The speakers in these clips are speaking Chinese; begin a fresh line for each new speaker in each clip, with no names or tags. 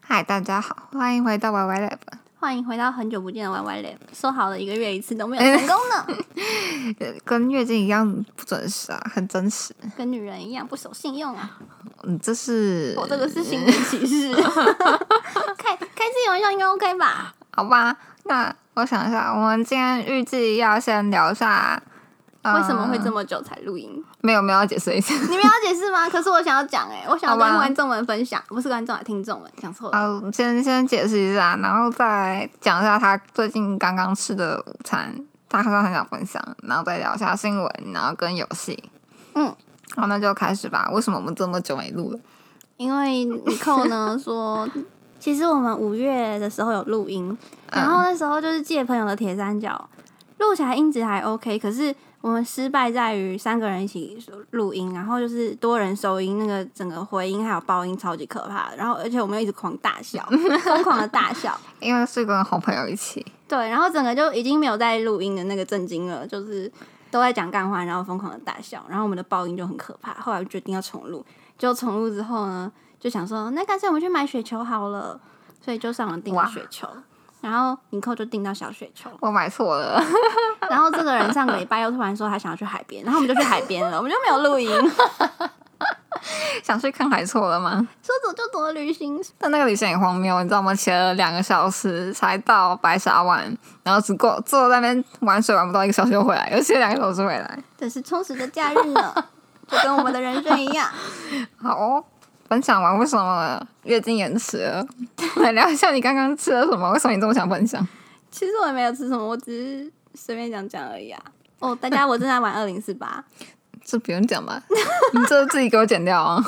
嗨，大家好，欢迎回到 YY Lab。
欢迎回到很久不见的 YY Lab，说好了一个月一次都没
哎
有成功呢，
呃跟月经一样不准时啊，很真实。
跟女人一样不守信用啊！
嗯，这是
哦我这个是心理歧视， 开开自己玩笑应该 OK 吧？
好吧？那我想一下，我们今天预计要先聊一下、呃
为什么会这么久才录音？
没有没有要解释 一下。
你们要解释吗？可是我想要讲哎、我想要
好
跟
吧
观众们分享，不是观众啊，听众们，讲错了。
好，我们先先解释一下，然后再讲一下他最近刚刚吃的午餐，他好像很想分享，然后再聊一下新闻，然后跟游戏。
嗯，
好，那就开始吧。为什么我们这么久没录了？
因为 Nicole 呢说，其实我们五月的时候有录音，然后那时候就是借朋友的铁三角，录起来音质还 OK，可是我们失败在于三个人一起录音，然后就是多人收音，那个整个回音还有爆音超级可怕的，然后而且我们又一直狂大笑，疯狂的大笑，
因为是跟好朋友一起。
对，然后整个就已经没有在录音的那个震惊了，就是都在讲干话，然后疯狂的大笑，然后我们的爆音就很可怕。后来决定要重录，就重录之后呢，就想说那干脆我们去买雪球好了，所以就上网订了
哇
雪球。然后尼寇就订到小雪球，
我买错了，
然后这个人上个礼拜又突然说他想要去海边，然后我们就去海边了，我们就没有录音，
想去看海错了吗？
说走就走的旅行，
但那个旅行很荒谬，你知道我们骑了两个小时才到白沙湾，然后只够坐在那边玩水玩不到一个小时就回来，而且两个小时回来。
这是充实的假日呢，就跟我们的人生一样。
好哦、分享完为什么月经延迟了， 来聊一下你刚刚吃了什么？为什么你这么想分享？
其实我也没有吃什么，我只是随便讲讲而已啊。哦，大家，我正在玩二零四八，
这不用讲吧？你这自己给我剪掉啊！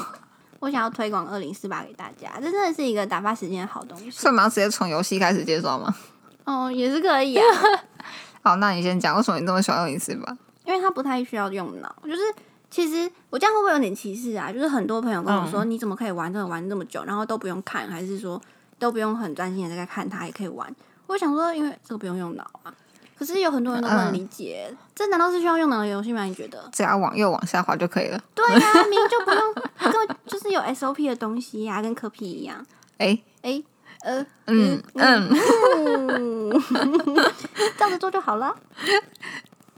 我想要推广二零四八给大家，这真的是一个打发时间的好东西
所以。我们要直接从游戏开始介绍吗？
哦，也是可以啊，
好，那你先讲为什么你这么喜欢二零四吧？
因为它不太需要用脑，就是。其实我这样会不会有点歧视啊？就是很多朋友跟我说，你怎么可以玩这个玩这么久，然后都不用看，还是说都不用很专心的在看它也可以玩？我想说，因为这个不用用脑啊。可是有很多人都不能理解，这难道是需要用脑的游戏吗？你觉得？
只要往右往下滑就可以了。
对呀、明明就不用， 根本就是有 SOP 的东西呀、跟科皮一样。
哎、
哎、呃，
嗯嗯，
嗯，照着做就好了。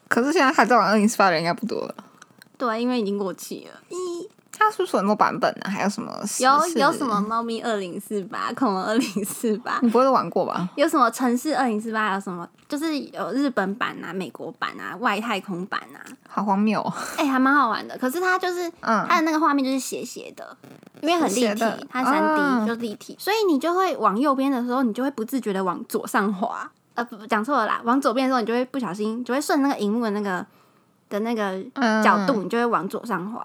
可是现在还在玩二零四八的人应该不多了。
对，因为已经过期了。一
它是不是有很多版本啊？还有什么十四？
有有什么猫咪二零四八、 恐龙二零四八，
你不会都玩过吧？
有什么城市二零四八，有什么就是有日本版啊、美国版啊、外太空版啊，
好荒谬、哦！
哎、还蛮好玩的。可是它就是
嗯，
它的那个画面就是斜斜的，因为很立
斜斜的
体，它三 D、
啊
就立体，所以你就会往右边的时候，你就会不自觉的往左上滑。呃，不，不讲错了啦，往左边的时候，你就会不小心，你就会顺那个荧幕的那个的那个
嗯
角度，你就会往左上滑。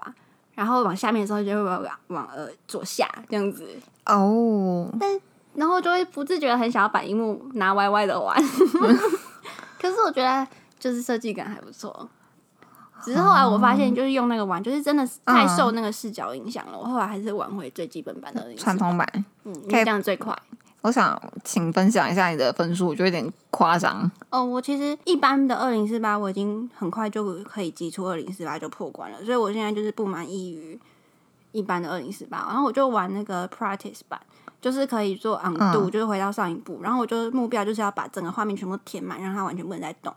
然后往下面的时候就会往往呃左下这样子，
哦，
然后就会不自觉的很想要把荧幕拿歪歪的玩。 可是我觉得就是设计感还不错，只是后来我发现就是用那个玩，就是真的是太受那个视角影响了。我后来还是玩回最基本版的
传统版。
嗯，因
可以
为这样最快。
我想请分享一下你的分数，我觉得有点夸张。
哦，我其实一般的二零四八我已经很快就可以挤出二零四八就破关了，所以我现在就是不满意于一般的二零四八，然后我就玩那个 practice 版，就是可以做 on
嗯
do，、就是回到上一步，然后我就目标就是要把整个画面全部填满，让它完全不能再动。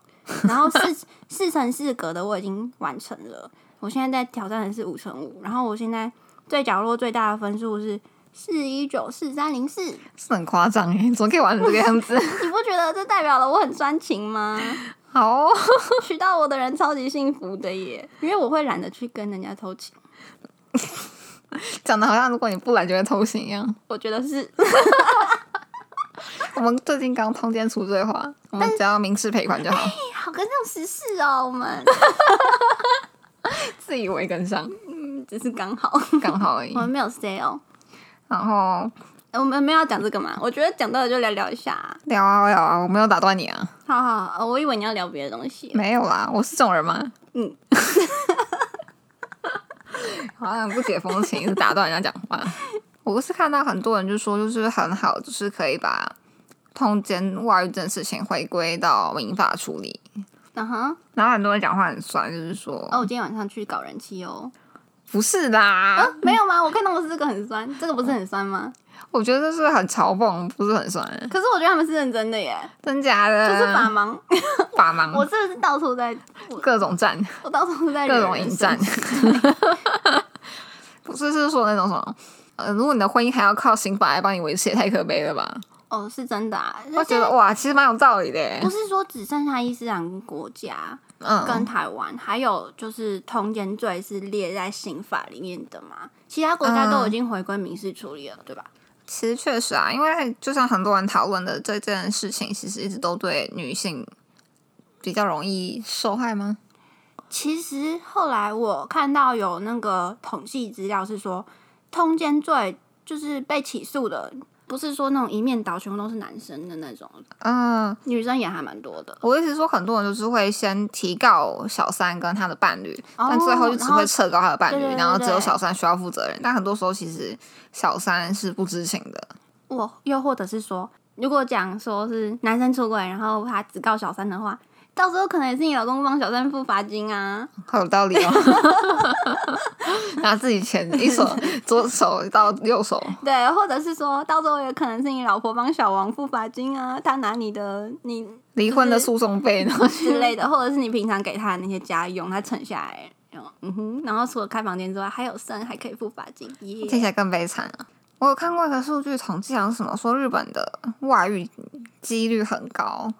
然后四 四乘四格的我已经完成了，我现在在挑战的是五乘五，然后我现在最角落最大的分数是四一九四三零四，你
是很夸张哎，怎么可以玩成这个样 子？
不觉得这代表了我很专情吗？
好哦、
娶到我的人超级幸福的耶，因为我会懒得去跟人家偷情，
讲的好像如果你不来就会偷情一样。
我觉得是。
我们最近刚通奸除罪化，我们只要民事赔款就 好，
好跟上时事哦，我们
自以为跟上，
嗯 只是刚好，
刚好而已
我。们没有哦 sale，
然后
呃我们没有要讲这个嘛？我觉得讲到了就聊聊一下啊、
聊啊聊啊，我没有打断你啊，
好好好，呃我以为你要聊别的东西。
没有啦，我是这种人吗？
嗯，
好啊像不解风情，一直打断人家讲话。我是看到很多人就说，就是很好，就是可以把通奸外遇这件事情回归到民法处理。
嗯哼，
然后很多人讲话很酸，就是说，
哦，我今天晚上去搞人妻哦。
不是啦，
啊啊，没有吗？我看到我是这个很酸，这个不是很酸吗？
我觉得这是很嘲讽，不是很酸，
可是我觉得他们是认真的耶，
真假
就
的？
是法盲，
法
我
盲，
真的是到 处在，
各种战，
我到处在惹
各
人
种迎战
生气。
不是是说那种什么？呃，如果你的婚姻还要靠刑法来帮你维持，也太可悲了吧？
哦，是真的啊，
我觉得哇，其实蛮有道理的耶。
不是说只剩下伊斯兰国家跟
嗯，
台湾，还有就是通奸罪是列在刑法里面的嘛，其他国家都已经回归民事处理了，对吧？
其实确实啊，因为就像很多人讨论的这件事情，其实一直都对女性比较容易受害吗？
其实后来我看到有那个统计资料是说，通奸罪就是被起诉的，不是说那种一面倒全部都是男生的那种，
嗯，
女生也还蛮多的。
我的意思是说，很多人就是会先提告小三跟他的伴侣，
哦
但最后就只会撤告他的伴侣，
然后
然
对对对
后只有小三需要负责任。但很多时候，其实小三是不知情的。
我又或者是说，如果讲说是男生出轨，然后他只告小三的话，到时候可能也是你老公帮小三付罚金啊。
好有道理 哦。拿自己钱，一手左手到右手，
对，或者是说到时候也可能是你老婆帮小王付罚金啊，他拿你的 你
离婚的诉讼费呢？
之类的，或者是你平常给他的那些家用，他存下来。嗯哼，然后除了开房间之外，还有剩还可以付罚金，耶、
听起来更悲惨啊！我有看过一个数据统计，好像是什么说日本的外遇几率很高。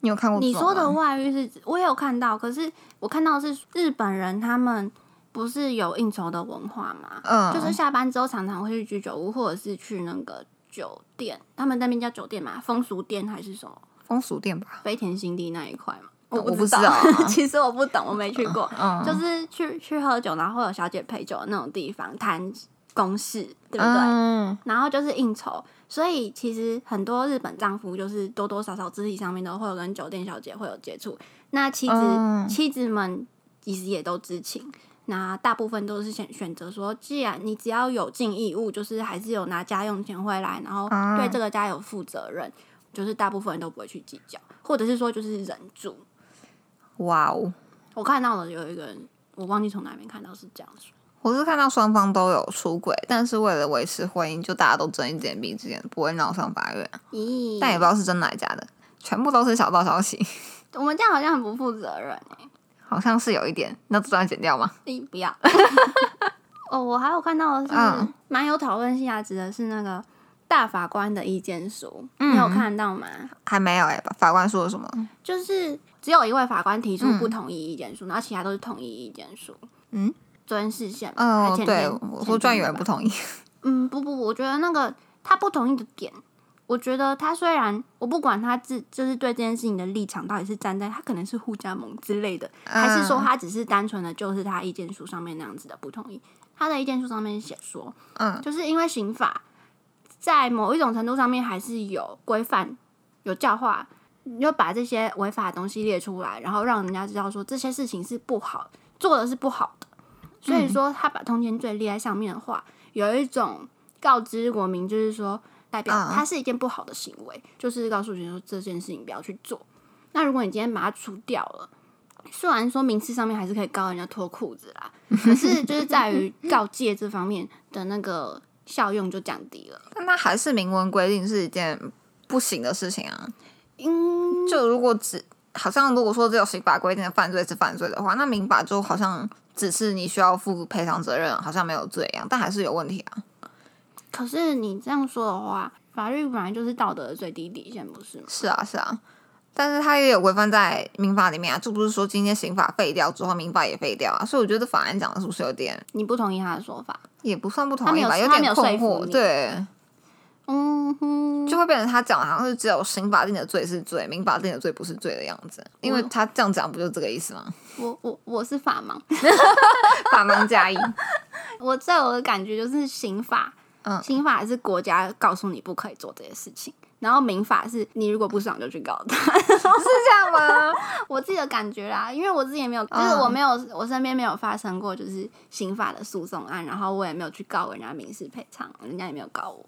你有看过这
你
种吗？
说的外遇是指，我也有看到，可是我看到的是日本人他们不是有应酬的文化吗？
嗯，
就是下班之后常常会去居酒屋，或者是去那个酒店，他们那边叫酒店嘛，风俗店还是什么
风俗店吧。
飞田新地那一块嘛，
哦我
不
不知
道，啊
道
其实我不懂，我没去过，
嗯，
就是去去喝酒，然后会有小姐陪酒的那种地方谈公事，对不对？
嗯，
然后就是应酬，所以其实很多日本丈夫就是多多少少肢体上面都会有跟酒店小姐会有接触。那妻子、
嗯
妻子们其实也都知情，那大部分都是选选择说，既然你只要有尽义务，就是还是有拿家用钱回来，然后
啊
对这个家有负责任，就是大部分人都不会去计较，或者是说就是忍住。
哇哦。
我看到了有一个人，我忘记从哪边看到是这样说，
我是看到双方都有出轨，但是为了维持婚姻，就大家都睁一只眼闭一只眼，不会闹上法院。
咦，
但也不知道是真的还是假的，全部都是小道消息，
我们这样好像很不负责任、欸
好像是有一点。那这段剪掉吗？
你不要。 哦，我还有看到的是
嗯
蛮、有讨论性价值的，是那个大法官的意见书，
嗯
你有看到吗？
还没有哎、法官说了什么？
就是只有一位法官提出不同意意见书，然后其他都是同意意见书。
嗯，
昨天视线，
嗯、
还前
对，
天
我
前
说
天
专员
吧
不同意。
嗯，不不，不我觉得那个他不同意的点，我觉得他虽然我不管他自就是对这件事情的立场到底是站在他可能是互加盟之类的，还是说
嗯
他只是单纯的就是他意见书上面那样子的不同意。他的意见书上面写说，
嗯，
就是因为刑法在某一种程度上面还是有规范、有教化，你就把这些违法的东西列出来，然后让人家知道说这些事情是不好，做的是不好的。所以说，他把通奸罪列在上面的话，有一种告知国民，就是说代表
嗯
它是一件不好的行为，就是告诉你说这件事情不要去做。那如果你今天把它除掉了，虽然说名次上面还是可以告人家脱裤子啦，可是就是在于告诫这方面的那个效用就降低了。
但他还是明文规定是一件不行的事情啊。
嗯，
就如果只好像如果说只有刑法规定的犯罪是犯罪的话，那民法就好像只是你需要负赔偿责任，好像没有罪一样，但还是有问题啊。
可是你这样说的话，法律本来就是道德的最低底线，不是吗？
是啊，是啊，但是它也有规范在民法里面啊，就不是说今天刑法废掉之后，民法也废掉啊。所以我觉得法案讲的是不是有点
你不同意他的说法？
也不算不同
他没
意
有
吧，
他没
点
有
困
说服
惑，
你
对，
嗯哼，
就会变成他讲的好像是只有刑法定的罪是罪，民法定的罪不是罪的样子，因为
我
他这样讲不就这个意思吗？
我我我是法盲，
法盲加一，
我在我的感觉就是刑法，
嗯
刑法是国家告诉你不可以做这些事情，然后民法是你如果不爽就去告他。
是这样吗？
我自己的感觉啦，因为我自己也没有，就
嗯
是我没有，我身边没有发生过就是刑法的诉讼案，然后我也没有去告人家民事赔偿，人家也没有告我。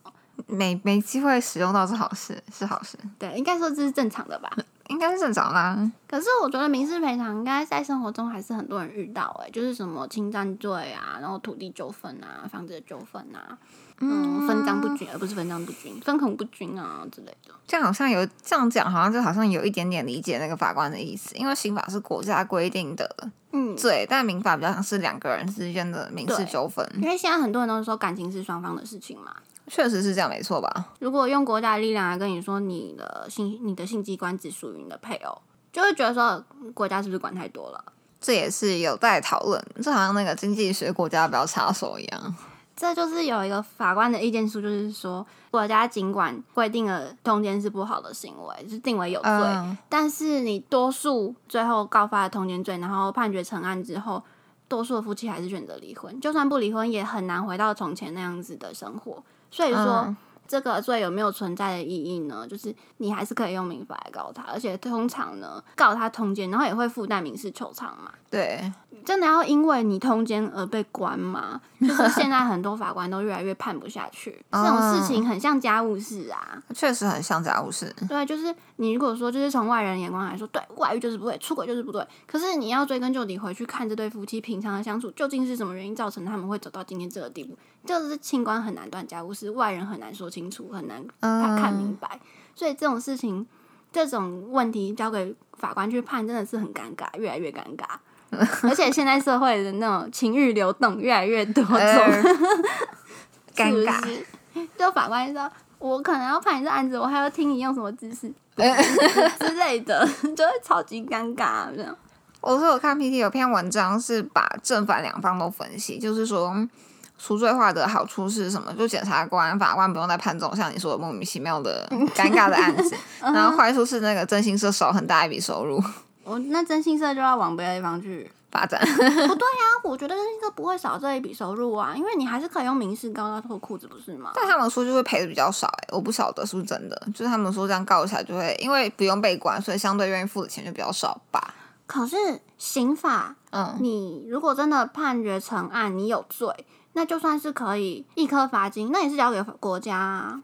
没没机会使用到是好事，是好事。
对，应该说这是正常的吧？
应该是正常啦。
可是我觉得民事赔偿应该在生活中还是很多人遇到、欸，哎，就是什么侵占罪啊，然后土地纠纷啊，房子的纠纷啊，嗯，分赃不均，而不是分赃不均，分红不均啊之类的。
这样好像有这样讲，好像就好像有一点点理解那个法官的意思，因为刑法是国家规定的
嗯，
罪，但民法比较像是两个人之间的民事
对
纠纷，
因为现在很多人都说感情是双方的事情嘛。
确实是这样，没错吧？
如果用国家的力量来跟你说你的性你的性器官只属于你的配偶，就会觉得说嗯国家是不是管太多了？
这也是有待讨论，这好像那个经济学国家不要插手一样。
这就是有一个法官的意见书，就是说国家尽管规定了通奸是不好的行为，就是定为有罪，
嗯，
但是你多数最后告发了通奸罪，然后判决成案之后，多数的夫妻还是选择离婚，就算不离婚，也很难回到从前那样子的生活。所以说，
嗯
这个罪有没有存在的意义呢？就是你还是可以用民法来告他，而且通常呢，告他通奸，然后也会附带民事求偿嘛。
对，
真的要因为你通奸而被关吗？就是现在很多法官都越来越判不下去，这种事情很像家务事啊。
确实很像家务事。
对，就是你如果说就是从外人眼光来说，对外遇就是不对，出轨就是不对。可是你要追根究底回去看这对夫妻平常的相处，究竟是什么原因造成他们会走到今天这个地步？这是清官很难断家务事，外人很难说清楚，很难看看明
嗯，
白。所以这种事情，这种问题交给法官去判，真的是很尴尬，越来越尴 尬。而且现在社会的那种情欲流动越来越多 种，
呃尴
是不
尬
是 就法官说，我可能要判你这案子，我还要听你用什么姿势 之类的，就会超级尴尬这样。
我是有看 PT 有篇文章是把正反两方都分析，就是说赎罪化的好处是什么？就检察官、法官不用再判这种像你说的莫名其妙 的尴尬的案子，
嗯
然后坏处是那个真心社少很大一笔收入
我那真心社就要往别的地方去。
发展。
那啊我觉得真心社不会少这一笔收入啊，因为你还是可以用民事告他脱裤子，不是吗？
但他们说就会赔的比较少、欸，我不晓得是不是真的，就是他们说这样告起来就会因为不用被关，所以相对愿意付的钱就比较少吧。
可是刑法
嗯，
你如果真的判决成案，你有罪，那就算是可以一颗罚金，那也是交给国家啊，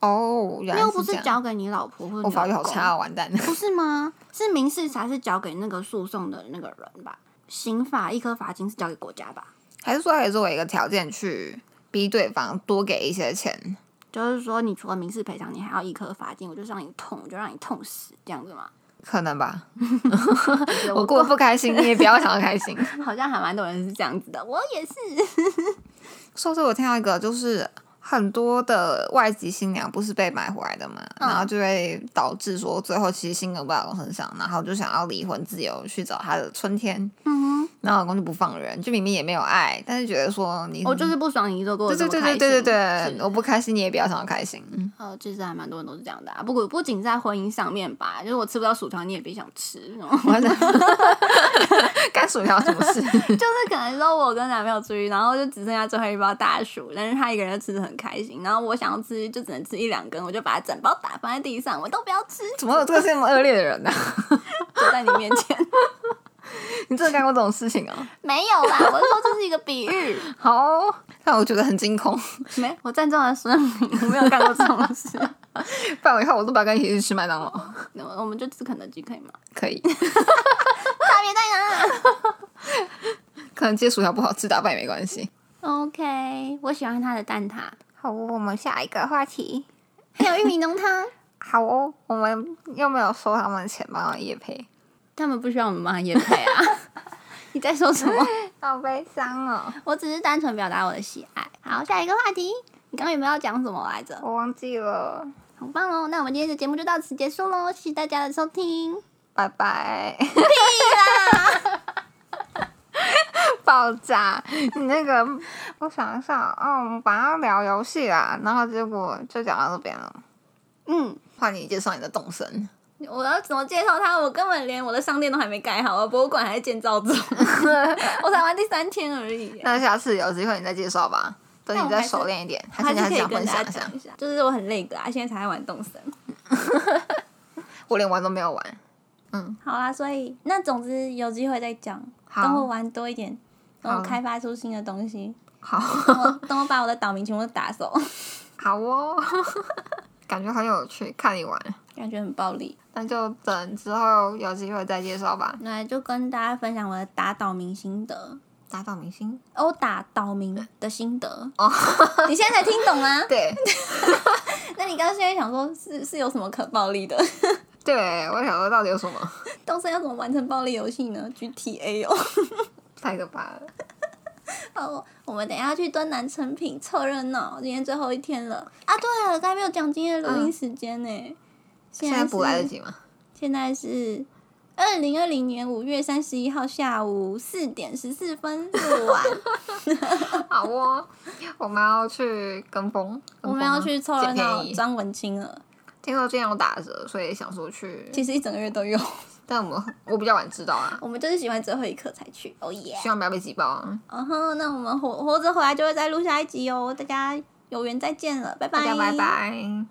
哦，原
那
来
又不
这
啊是
样。
交给你老婆或者你
我法律
老
好
公
差、哦，完蛋了。
不是吗？是民事才是交给那个诉讼的那个人吧？刑法一颗罚金是交给国家吧？
还是说可以作为一个条件去逼对方多给一些钱？
就是说，你除了民事赔偿，你还要一颗罚金，我就让你痛，我就让你痛死，这样子嘛。
可能吧，
就是
我过得不开 心，你也不要想要开心。
好像还蛮多人是这样子的，我也是。
上次我听到一个，就是很多的外籍新娘不是被买回来的嘛，
嗯
然后就会导致说最后其实心梗不在老公身上，然后就想要离婚自由去找他的春天，
嗯
然后老公就不放人，就明明也没有爱，但是觉得说你
哼，我哦就是不爽你都给我
对
这
对
么
对
开
对对
心，
对
是
对，我不开心你也不要想要 开心，嗯
呃，其实还蛮多人都是这样的、啊，不过不仅在婚姻上面吧，就是我吃不到薯条，你也别想吃，那种
完了， 干薯条什么事？
就是可能说我跟男朋友出去，然后就只剩下最后一包大薯，但是他一个人就吃的很开心，然后我想要吃就只能吃一两根，我就把它整包打翻在地上，我都不要吃，
怎么有这个这么恶劣的人呢、啊
就在你面前，
你真的干过这种事情啊？
没有啦，我是说这是一个比喻，
好哦，但我觉得很惊恐。
没，我郑重的声明，我没有干过这种事，
不然我以后我都不要跟你一起去吃麦当劳。
那我们就吃肯德基可以吗？
可以，
差别在哪
可能接薯条不好吃，打扮也没关系。
？OK，我喜欢它的蛋挞，
好哦，我们下一个话题。
还有玉米浓汤，
好哦，我们又没有收他们的钱嘛，也赔，
他们不需要我们帮他夜配啊。 你在说什么？
好悲伤哦，
我只是单纯表达我的喜爱。好，下一个话题，你刚刚有没有要讲什么来着？
我忘记了，
好棒哦！那我们今天的节目就到此结束喽，谢谢大家的收听。
拜拜。 爆炸！你那个，我想一下，哦，我们本来要聊游戏啦，然后结果就讲到这边了。
嗯，
换你介绍你的动身，
我要怎么介绍它？我根本连我的商店都还没盖好，我博物馆还在建造中， 我才玩第三天而已。
那下次有机会你再介绍吧。等
那
你
我
再
还是
熟练一点，还
还
是
是
你还是
可以
想
跟
分
大
享
家
一下
讲？一下，就是我很累的啊，现在才在玩动森。
我连玩都没有玩。嗯，
好啦，所以那总之有机会再讲，
好
等我玩多一点，等我
好
开发出新的东西，
好，
等我等我把我的岛民全部打走。
好哦，感觉很有趣，看你玩。
感觉很暴力。
那就等之后有机会再介绍吧。
那就跟大家分享我的打倒明心得，
打倒明星，
殴打岛民的心得。
哦，
你现在才听懂啊？
对
那你刚刚现在想说是是有什么可暴力的？
对，我想说到底有什么？
动森要怎么完成暴力游戏呢？GTA 哦。
太可怕了，
好，我们等一下去端南成品凑热闹，今天最后一天了啊！对了，刚才没有讲今天的录音时间呢、
现
现
在
在
补
是
来得及吗？
现在是二零二零年五月三十一号下午四点十四分 录完，
好哦，我们要去跟风，跟
我们要去凑
风啊
热
捡
闹
便宜。
张文清了。
听说今天有打折，所以想说去，
其实一整个月都有，
但我们我比较晚知道啊，
我们就是喜欢最后一刻才去。哦耶！
希望不要被挤爆啊！
嗯哼，那我们活活着回来就会再录下一集哦，大家有缘再见了，拜拜，
大家拜拜。